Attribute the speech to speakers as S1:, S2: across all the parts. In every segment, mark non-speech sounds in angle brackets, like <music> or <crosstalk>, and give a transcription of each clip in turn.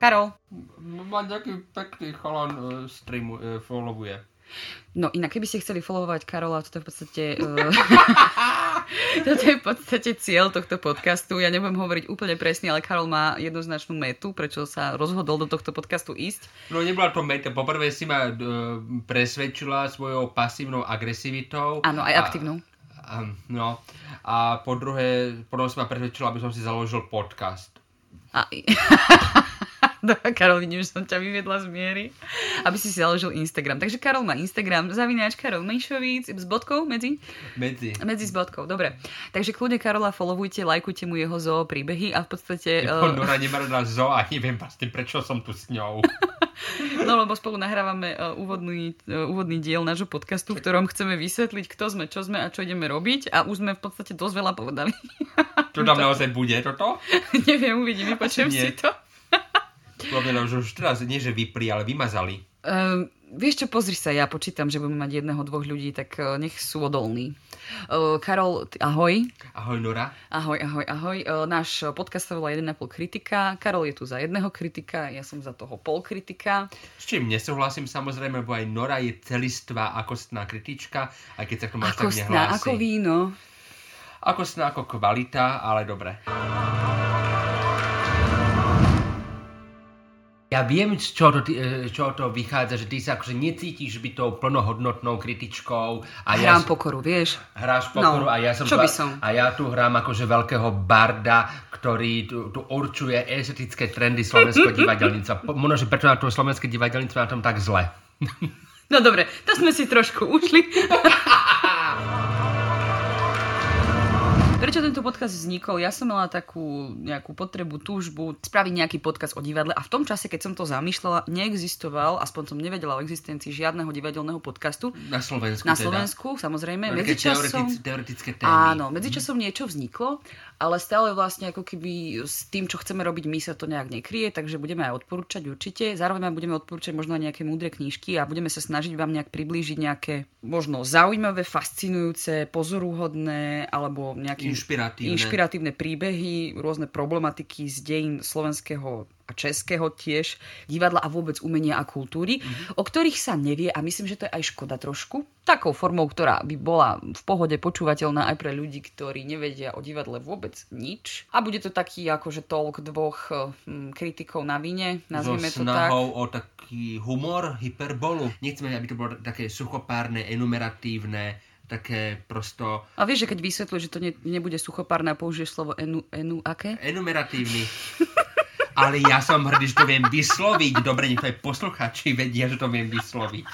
S1: Karol.
S2: Ma No, nejaký pekný chalan uh, streamu, uh, followuje.
S1: No inak, keby ste chceli followovať Karola, toto je v podstate... Uh, toto je v podstate cieľ tohto podcastu. Ja nebudem hovoriť úplne presne, ale Karol má jednoznačnú metu, prečo sa rozhodol do tohto podcastu ísť.
S2: No nebola to meta. Poprvé si ma uh, presvedčila svojou pasívnou agresivitou.
S1: Áno, aj
S2: A-
S1: aktívnu.
S2: A, no. A po druhé, potom si ma presvedčila, aby som si založil podcast.
S1: A... <laughs> No, Karol, vidím, že som ťa vyvedla z miery, aby si si založil Instagram. Takže Karol má Instagram, zavináč Karol Mejšovic s bodkou medzi.
S2: Medzi.
S1: Medzi s bodkou, dobre. Takže kľudne Karola followujte, lajkujte mu jeho zoo príbehy a v podstate... eh,
S2: Uh... Nora nemá rada zoo a neviem vlastne, prečo som tu s ňou.
S1: No lebo spolu nahrávame eh, úvodný, eh, úvodný diel nášho podcastu, v ktorom chceme vysvetliť, kto sme, čo sme a čo ideme robiť a už sme v podstate dosť veľa povedali. <laughs>
S2: Čo tam naozaj bude toto?
S1: Neviem, uvidím, vypočujem
S2: nie.
S1: si to.
S2: Povedal, že už teraz nie, že vypli, ale vymazali.
S1: Ehm, vieš čo, pozri sa, ja počítam, že budeme mať jedného, dvoch ľudí, tak eh, nech sú odolní. Eh, Karol, t- ahoj.
S2: Ahoj Nora.
S1: Ahoj, ahoj, ahoj. Eh, náš podcast sa volá 1,5 kritika. Karol je tu za jedného kritika, ja som za toho pol kritika.
S2: S čím nesúhlasím samozrejme, lebo aj Nora je celistvá akostná kritička, aj keď sa k tomu až
S1: Ako
S2: tak nehlási.
S1: sná, ako víno.
S2: Akostná ako kvalita, ale dobre. Ja viem, z čoho to, ty- eh, z čoho to vychádza, že ty sa akože necítiš byť tou plnohodnotnou kritičkou. A ja
S1: Hrám
S2: s-
S1: pokoru, vieš?
S2: Hráš
S1: No,
S2: pokoru a ja som,
S1: čo
S2: tu,
S1: by som?
S2: A ja tu hrám akože veľkého barda, ktorý tu, tu určuje estetické
S1: <laughs>
S2: trendy slovenského divadelníctva. Po- Možno, že preto na to slovenské divadelníctvo je na tom tak zle.
S1: No dobre, to sme si trošku ušli. Prečo tento podcast vznikol? Ja som mala takú nejakú potrebu, túžbu spraviť nejaký podcast o divadle a v tom čase, keď som to zamýšľala, neexistoval, aspoň som nevedela o existencii žiadneho divadelného podcastu
S2: Na Slovensku
S1: na
S2: teda.
S1: Slovensku, samozrejme.
S2: Také
S1: Medzičasom,
S2: teoretic- teoretické témy.
S1: Áno, medzičasom niečo vzniklo, ale stále vlastne ako keby s tým, čo chceme robiť, my sa to nejak nekrie, takže budeme aj odporúčať určite. Zároveň aj budeme odporúčať možno aj nejaké múdre knížky a budeme sa snažiť vám nejak priblížiť nejaké možno zaujímavé, fascinujúce, pozorúhodné alebo nejaké
S2: Inšpiratívne.
S1: inšpiratívne príbehy, rôzne problematiky z dejín slovenského a českého tiež, divadla a vôbec umenia a kultúry,
S2: Mhm.
S1: o ktorých sa nevie a myslím, že to je aj škoda trošku. Takou formou, ktorá by bola v pohode počúvateľná aj pre ľudí, ktorí nevedia o divadle vôbec nič. A bude to taký akože tolk dvoch hm, kritikov na vine, nazvime to
S2: so
S1: tak.
S2: snahou o taký humor, hyperbolu. Nechceme, aby to bolo také suchopárne, enumeratívne, také prosto
S1: A vieš, že keď vysvetľuješ, že to ne, nebude suchopárne a použiješ slovo enu, enu aké? <laughs>
S2: enumeratívny. Ale ja som hrdý, že to viem vysloviť. Dobre, nech to aj posluchači vedia, že to viem vysloviť.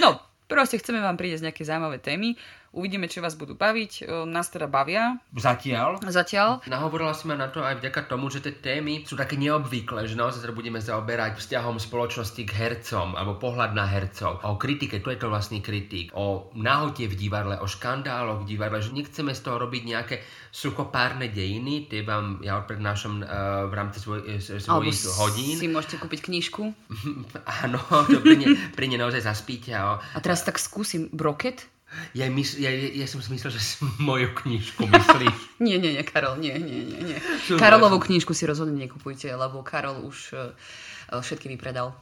S1: No, proste chceme vám priniesť nejaké zaujímavé témy. Uvidíme, čo vás budú baviť. E, Nás teda bavia
S2: Zatiaľ.
S1: zatiaľ.
S2: Nahovorila si ma na to aj vďaka tomu, že tie témy sú také neobvyklé, že naozaj sa budeme zaoberať vzťahom spoločnosti k hercom alebo pohľad na hercov. O kritike, to je to vlastný kritik. O nahote v divadle, o škandáloch v divadle, že nechceme z toho robiť nejaké suchopárne dejiny, tie vám ja prednášam eh, v rámci svoj, eh, svojich hodín.
S1: si môžete kúpiť knižku.
S2: <laughs> Áno, to pri ne, pri ne naozaj zaspíte. A
S1: A teraz tak skúsim broket.
S2: ja, mys- ja, ja, ja som si myslel, že si moju knižku myslíš.
S1: Nie, nie, nie, Karol, nie, nie, nie, nie.
S2: <laughs> Čo
S1: Karolovú knižku si rozhodne nekupujte, lebo Karol už e, e, všetky vypredal.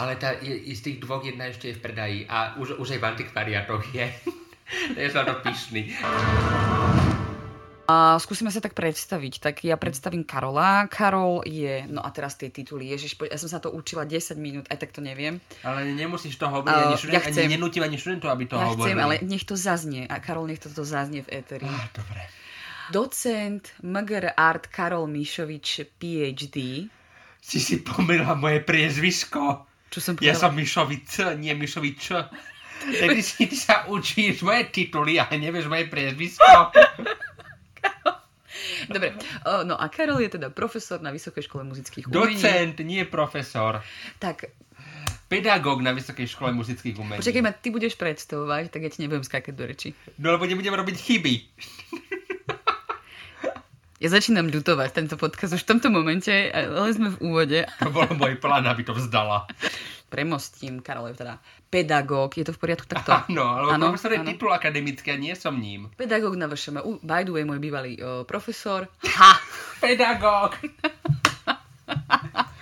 S2: Ale tá, je, je z tých dvoch jedna ešte je v predaji a už, už aj v antikvariátoch je. <laughs> ja som na to pyšný.
S1: A skúsime sa tak predstaviť. Tak ja predstavím Karola. Karol je, no a teraz tie tituly, ježiš, poď, ja som sa to učila 10 minút, aj tak to neviem.
S2: Ale nemusíš to hovoriť,
S1: Ale
S2: ani, študent,
S1: ja chcem.
S2: ani nenútim ani študentov, aby to
S1: ja chcem,
S2: hovorili.
S1: ale nech to zaznie. A Karol, nech toto zaznie v éteri.
S2: <laughs> Á, dobre.
S1: Docent MGR Art Karol Mišovič, PhD.
S2: Si si pomýla moje priezvisko.
S1: Čo som povedala?
S2: Ja som Mišovič, nie Mišovič. Tak ty, si, ty sa učíš moje tituly a nevieš moje <laughs> priezvisko.
S1: Dobre, o, no a Karol je teda profesor na Vysokej škole muzických umení.
S2: Docent, nie profesor.
S1: Tak,
S2: Pedagóg na Vysokej škole muzických umení.
S1: počakaj ma, ty budeš predstavovať, tak ja ti nebudem skákať do reči.
S2: No lebo nebudem robiť chyby.
S1: Ja začínam ľutovať tento podcast už v tomto momente, ale sme v úvode.
S2: To bol môj plán, aby to vzdala.
S1: Premostím, Karol je teda pedagóg, je to v poriadku takto?
S2: <laughs> Áno, ale
S1: Áno,
S2: profesor je
S1: áno.
S2: titul akademický a nie som ním.
S1: Pedagóg na VŠMU, by the way,
S2: <laughs>
S1: môj bývalý o, profesor. Ha!
S2: Pedagóg.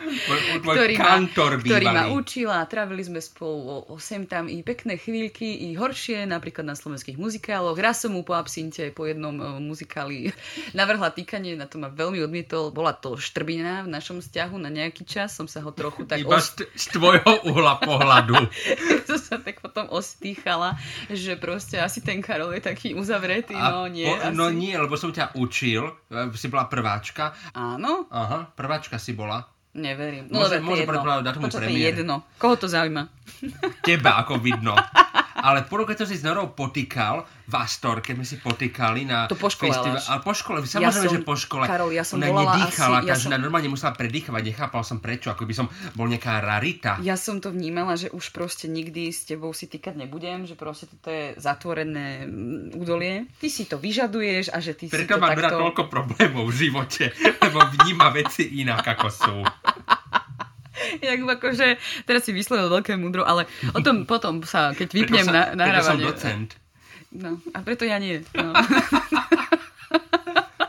S2: Tvoj
S1: ktorý ma,
S2: kantor
S1: ktorý ma
S2: bývalý.
S1: učila, trávili sme spolu o, o sem tam i pekné chvíľky, i horšie, napríklad na slovenských muzikáloch. Raz som mu po absinte po jednom e, muzikáli <laughs> navrhla týkanie, na to ma veľmi odmietol. Bola to štrbina v našom vzťahu na nejaký čas, som sa ho trochu
S2: <laughs>
S1: tak
S2: Iba
S1: os-
S2: z, z tvojho uhla pohľadu.
S1: <laughs> som sa tak potom ostýchala, že proste asi ten Karol je taký uzavretý, no nie,
S2: po,
S1: asi.
S2: no nie, lebo som ťa učil, e, si bola prváčka.
S1: Áno,
S2: Aha, prváčka si bola.
S1: neverím. dobre, to
S2: Môže-
S1: je
S2: môže
S1: jedno.
S2: predpovedať datum
S1: Počkaj, to je
S2: premiéry.
S1: jedno. Koho to zaujíma?
S2: Teba, ako vidno. Ale po roku, keď som si s Norou potýkal v Astor, keď sme si potýkali na
S1: To po škole,
S2: festival.
S1: Aleš.
S2: Ale po škole, samozrejme,
S1: som-
S2: že po škole.
S1: Karol, ja som
S2: Ona
S1: volala
S2: nedýchala,
S1: asi- ja
S2: tá žena
S1: som-
S2: normálne musela predýchovať, nechápal som prečo, ako by som bol nejaká rarita.
S1: Ja som to vnímala, že už proste nikdy s tebou si týkať nebudem, že proste toto je zatvorené mm, údolie. Ty si to vyžaduješ a že ty si to
S2: Preto má Nora
S1: takto...
S2: toľko problémov v <laughs> živote, lebo vníma veci inak, ako sú.
S1: <laughs> Jak akože, teraz si vyslovil veľké múdro, ale o tom potom sa, keď vypnem
S2: som,
S1: na,
S2: <laughs> preto som
S1: nahrávanie.
S2: docent.
S1: No, a preto ja nie. No. <laughs>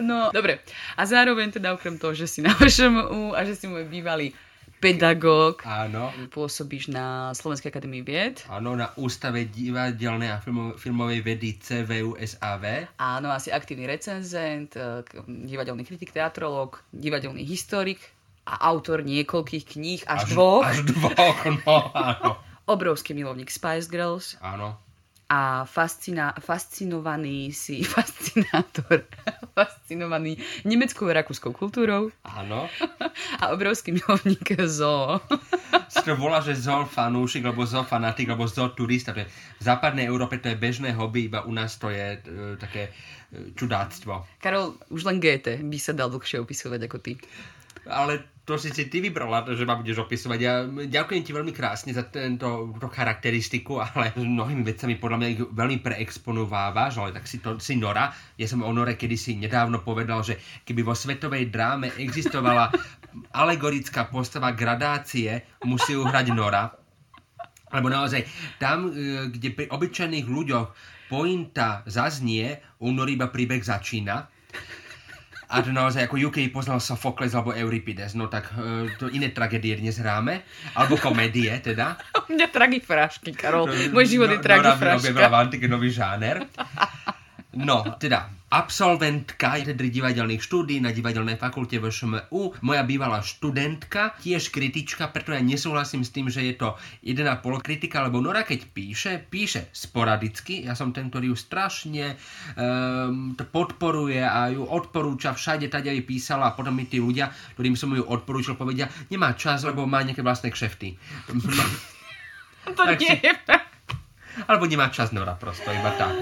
S1: no, dobre. A zároveň teda okrem toho, že si na VŠMU a že si môj bývalý pedagóg,
S2: Áno.
S1: pôsobíš na Slovenskej akadémii vied.
S2: Áno, na Ústave divadelnej a filmo- filmovej vedy CVUSAV.
S1: Áno, asi aktívny recenzent, e, k- divadelný kritik, teatrológ, divadelný historik a autor niekoľkých kníh, až, dvoch.
S2: Až dvoch, no áno.
S1: Obrovský milovník Spice Girls
S2: Áno.
S1: a fascina, fascinovaný si, <laughs> fascinátor, fascinovaný nemeckou a rakúskou kultúrou <laughs>
S2: Áno.
S1: a obrovský milovník zoo. <laughs>
S2: Si to volá, že zo fanúšik, alebo zo fanatik, alebo zo turista. To je, v západnej Európe to je bežné hobby, iba u nás to je e, také e, čudáctvo.
S1: Karol, už len GT by sa dal dlhšie opisovať ako ty. <laughs>
S2: Ale to si si ty vybrala, že ma budeš opisovať. Ja ďakujem ti veľmi krásne za tento, túto charakteristiku, ale mnohými vecami podľa mňa ich veľmi preexponovávaš, ale tak si to si Nora. Ja som o Nore kedysi nedávno povedal, že keby vo svetovej dráme existovala alegorická postava gradácie, musí ju hrať Nora. Lebo naozaj, tam, e, kde pri obyčajných ľuďoch pointa zaznie, u Nory iba príbeh začína. A to naozaj ako UK poznal Sofokles alebo Euripides, no tak e, to iné tragédie dnes hráme, alebo komédie teda.
S1: U mňa tragifrášky, Karol. Môj život
S2: no-
S1: je tragifráška.
S2: Nora v antike nový žáner. No, teda, absolventka katedry divadelných štúdí na divadelnej fakulte v ŠMU, moja bývalá študentka, tiež kritička, preto ja nesúhlasím s tým, že je to 1,5 kritika, lebo Nora keď píše, píše sporadicky, ja som ten, ktorý ju strašne um, podporuje a ju odporúča všade, tady aj písala a potom mi tí ľudia, ktorým som ju odporúčil, povedia, nemá čas, lebo má nejaké vlastné kšefty.
S1: <laughs> To
S2: Tak
S1: nie
S2: si-
S1: je pravda.
S2: Alebo nemá čas Nora prosto, iba tak.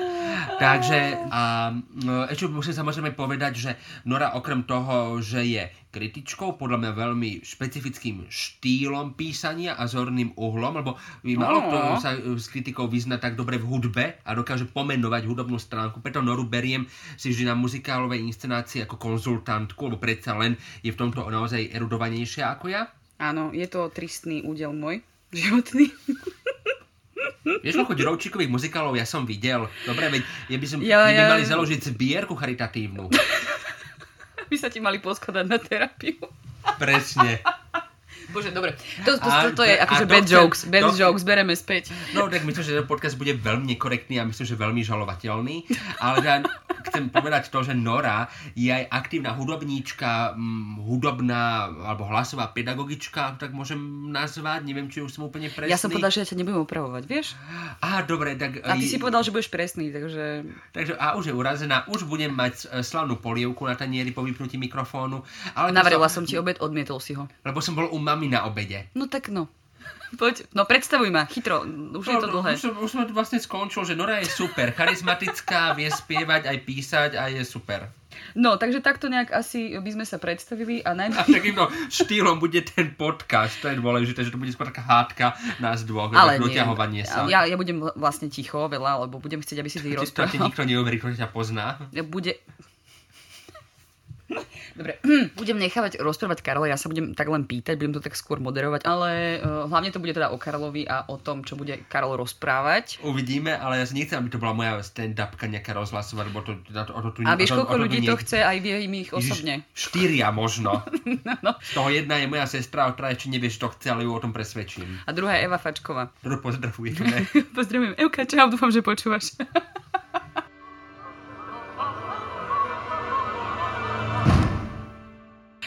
S2: Takže a no, ešte musím samozrejme povedať, že Nora okrem toho, že je kritičkou, podľa mňa veľmi špecifickým štýlom písania a zorným uhlom, lebo málo kto sa e, s kritikou vyzna tak dobre v hudbe a dokáže pomenovať hudobnú stránku, preto Noru beriem si vždy na muzikálovej inscenácii ako konzultantku, lebo predsa len je v tomto naozaj erudovanejšia ako ja.
S1: Áno, je to tristný údel môj životný. <laughs>
S2: Vieš, koľko rovčíkových muzikálov ja som videl? Dobre, veď ja by som,
S1: Ja-
S2: ja, ja...
S1: ja-
S2: mali založiť zbierku charitatívnu.
S1: By sa ti mali poskladať na terapiu. <laughs>
S2: Presne.
S1: Bože, dobre. To, to,
S2: A-
S1: to, to je
S2: a
S1: akože bad
S2: doktor-
S1: jokes. Bad
S2: doktor-
S1: jokes, bereme späť.
S2: No, tak myslím, že ten podcast bude veľmi nekorektný a myslím, že veľmi žalovateľný. Ale ja chcem povedať to, že Nora je aj aktívna hudobníčka, mm, hudobná alebo hlasová pedagogička, ak to tak môžem nazvať. Neviem, či už som úplne presný.
S1: Ja som povedal, že ja ťa nebudem opravovať, vieš?
S2: Á, dobre, tak...
S1: A ty si povedal, že budeš presný, takže...
S2: Takže a už je urazená, už budem mať e, slavnú polievku na tanieri po vypnutí mikrofónu. Ale to
S1: Navarila
S2: sa-
S1: som ti obed, odmietol si ho.
S2: Lebo som bol u mami na obede.
S1: No tak no. <laughs> Poď, no predstavuj ma, chytro, už je to
S2: No,
S1: dlhé.
S2: Už, som- už som to vlastne skončil, že Nora je super, charizmatická, vie spievať, aj písať a je super.
S1: No, takže takto nejak asi by sme sa predstavili a
S2: A
S1: najmä...
S2: takýmto štýlom bude ten podcast, to je dôležité, že to bude skôr taká hádka nás dvoch,
S1: Ale
S2: také
S1: nie.
S2: doťahovanie sa.
S1: Ja, ja budem vlastne ticho veľa, lebo budem chcieť, aby si ty
S2: Ti- to ti
S1: rozprával.
S2: nikto neuverí, kto ťa pozná.
S1: Bude... <laughs> Dobre, hm, budem nechávať rozprávať Karola, ja sa budem tak len pýtať, budem to tak skôr moderovať, ale uh, hlavne to bude teda o Karolovi a o tom, čo bude Karol rozprávať.
S2: Uvidíme, ale ja si nechcem, aby to bola moja stand-upka nejaká rozhlasová, lebo to, na to, o to tu
S1: Mm, A vieš,
S2: o to- o
S1: koľko
S2: tu
S1: ľudí
S2: nie-
S1: to chce, aj viem ich
S2: Ježiš,
S1: osobne.
S2: Štyria možno.
S1: <laughs> No.
S2: Z toho jedna je moja sestra, ktorá ešte nevie, čo to chce, ale ju o tom presvedčím.
S1: A druhá je Eva Fačková.
S2: Ktorú pozdravujeme.
S1: <laughs> Pozdravujem. Euka, čau, dúfam, že počúvaš.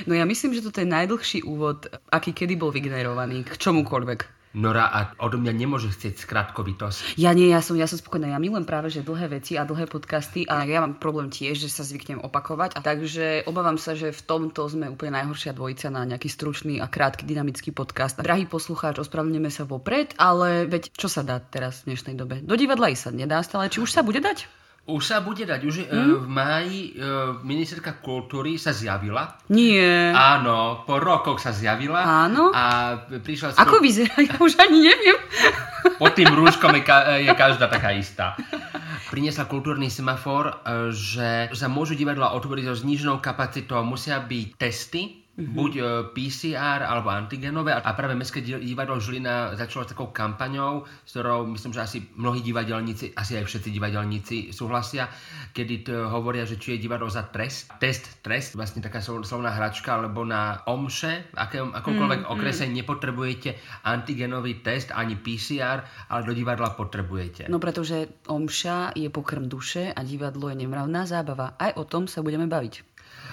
S1: No ja myslím, že toto je najdlhší úvod, aký kedy bol vygenerovaný k čomukoľvek.
S2: Nora, a odo mňa nemôže chcieť skratkovitosť.
S1: Ja nie, ja som, ja som spokojná. Ja milujem práve, že dlhé veci a dlhé podcasty a ja mám problém tiež, že sa zvyknem opakovať. A takže obávam sa, že v tomto sme úplne najhoršia dvojica na nejaký stručný a krátky dynamický podcast. Drahý poslucháč, ospravedlňujeme sa vopred, ale veď čo sa dá teraz v dnešnej dobe? Do divadla i sa nedá stále, či už sa bude dať?
S2: Už sa bude dať, už e,
S1: Hm?
S2: v máji e, ministerka kultúry sa zjavila.
S1: Nie.
S2: Áno, po rokoch sa zjavila.
S1: Áno.
S2: A prišla s
S1: Ako vyzerá? <laughs> Ja už ani neviem.
S2: Pod tým rúškom je, ka- je každá taká istá. Priniesla kultúrny semafor, e, že sa môžu divadla otvoriť so zniženou kapacitou, musia byť testy,
S1: Mhm.
S2: Mm-hmm. buď e, PCR alebo antigenové a práve Mestské di- divadlo Žilina začalo s takou kampaňou, s ktorou myslím, že asi mnohí divadelníci, asi aj všetci divadelníci súhlasia, kedy t- hovoria, že či je divadlo za trest. Test, trest, vlastne taká slov- slovná hračka, alebo na omše, v akom, akomkoľvek mm, okrese nepotrebujete antigenový test ani PCR, ale do divadla potrebujete.
S1: No pretože omša je pokrm duše a divadlo je nemravná zábava. Aj o tom sa budeme baviť.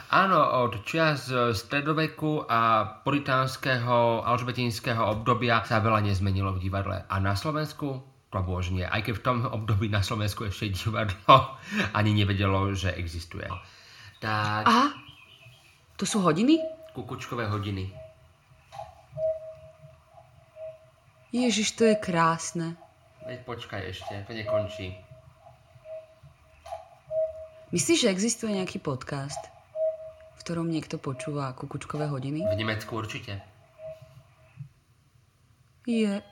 S2: Áno, od čias e, stredoveku a puritánskeho alžbetinského obdobia sa veľa nezmenilo v divadle. A na Slovensku to bož nie. Aj keď v tom období na Slovensku ešte divadlo <laughs> ani nevedelo, že existuje. Tak,
S1: Aha, to sú hodiny?
S2: kukučkové hodiny.
S1: Ježiš, to je krásne.
S2: Veď počkaj ešte, to nekončí.
S1: Myslíš, že existuje nejaký podcast, v ktorom niekto počúva kukučkové hodiny?
S2: V Nemecku určite.
S1: Je.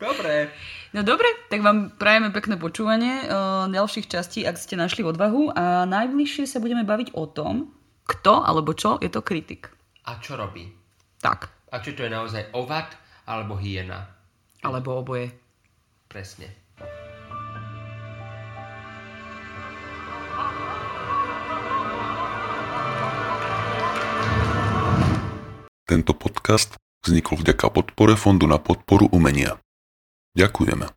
S2: Dobre.
S1: No dobre, tak vám prajeme pekné počúvanie eh, ďalších častí, ak ste našli odvahu. A najbližšie sa budeme baviť o tom, kto alebo čo je to kritik.
S2: A čo robí?
S1: Tak,
S2: A či to je naozaj ovad alebo hyena?
S1: alebo oboje.
S2: Presne.
S3: Tento podcast vznikol vďaka podpore Fondu na podporu umenia. Ďakujeme.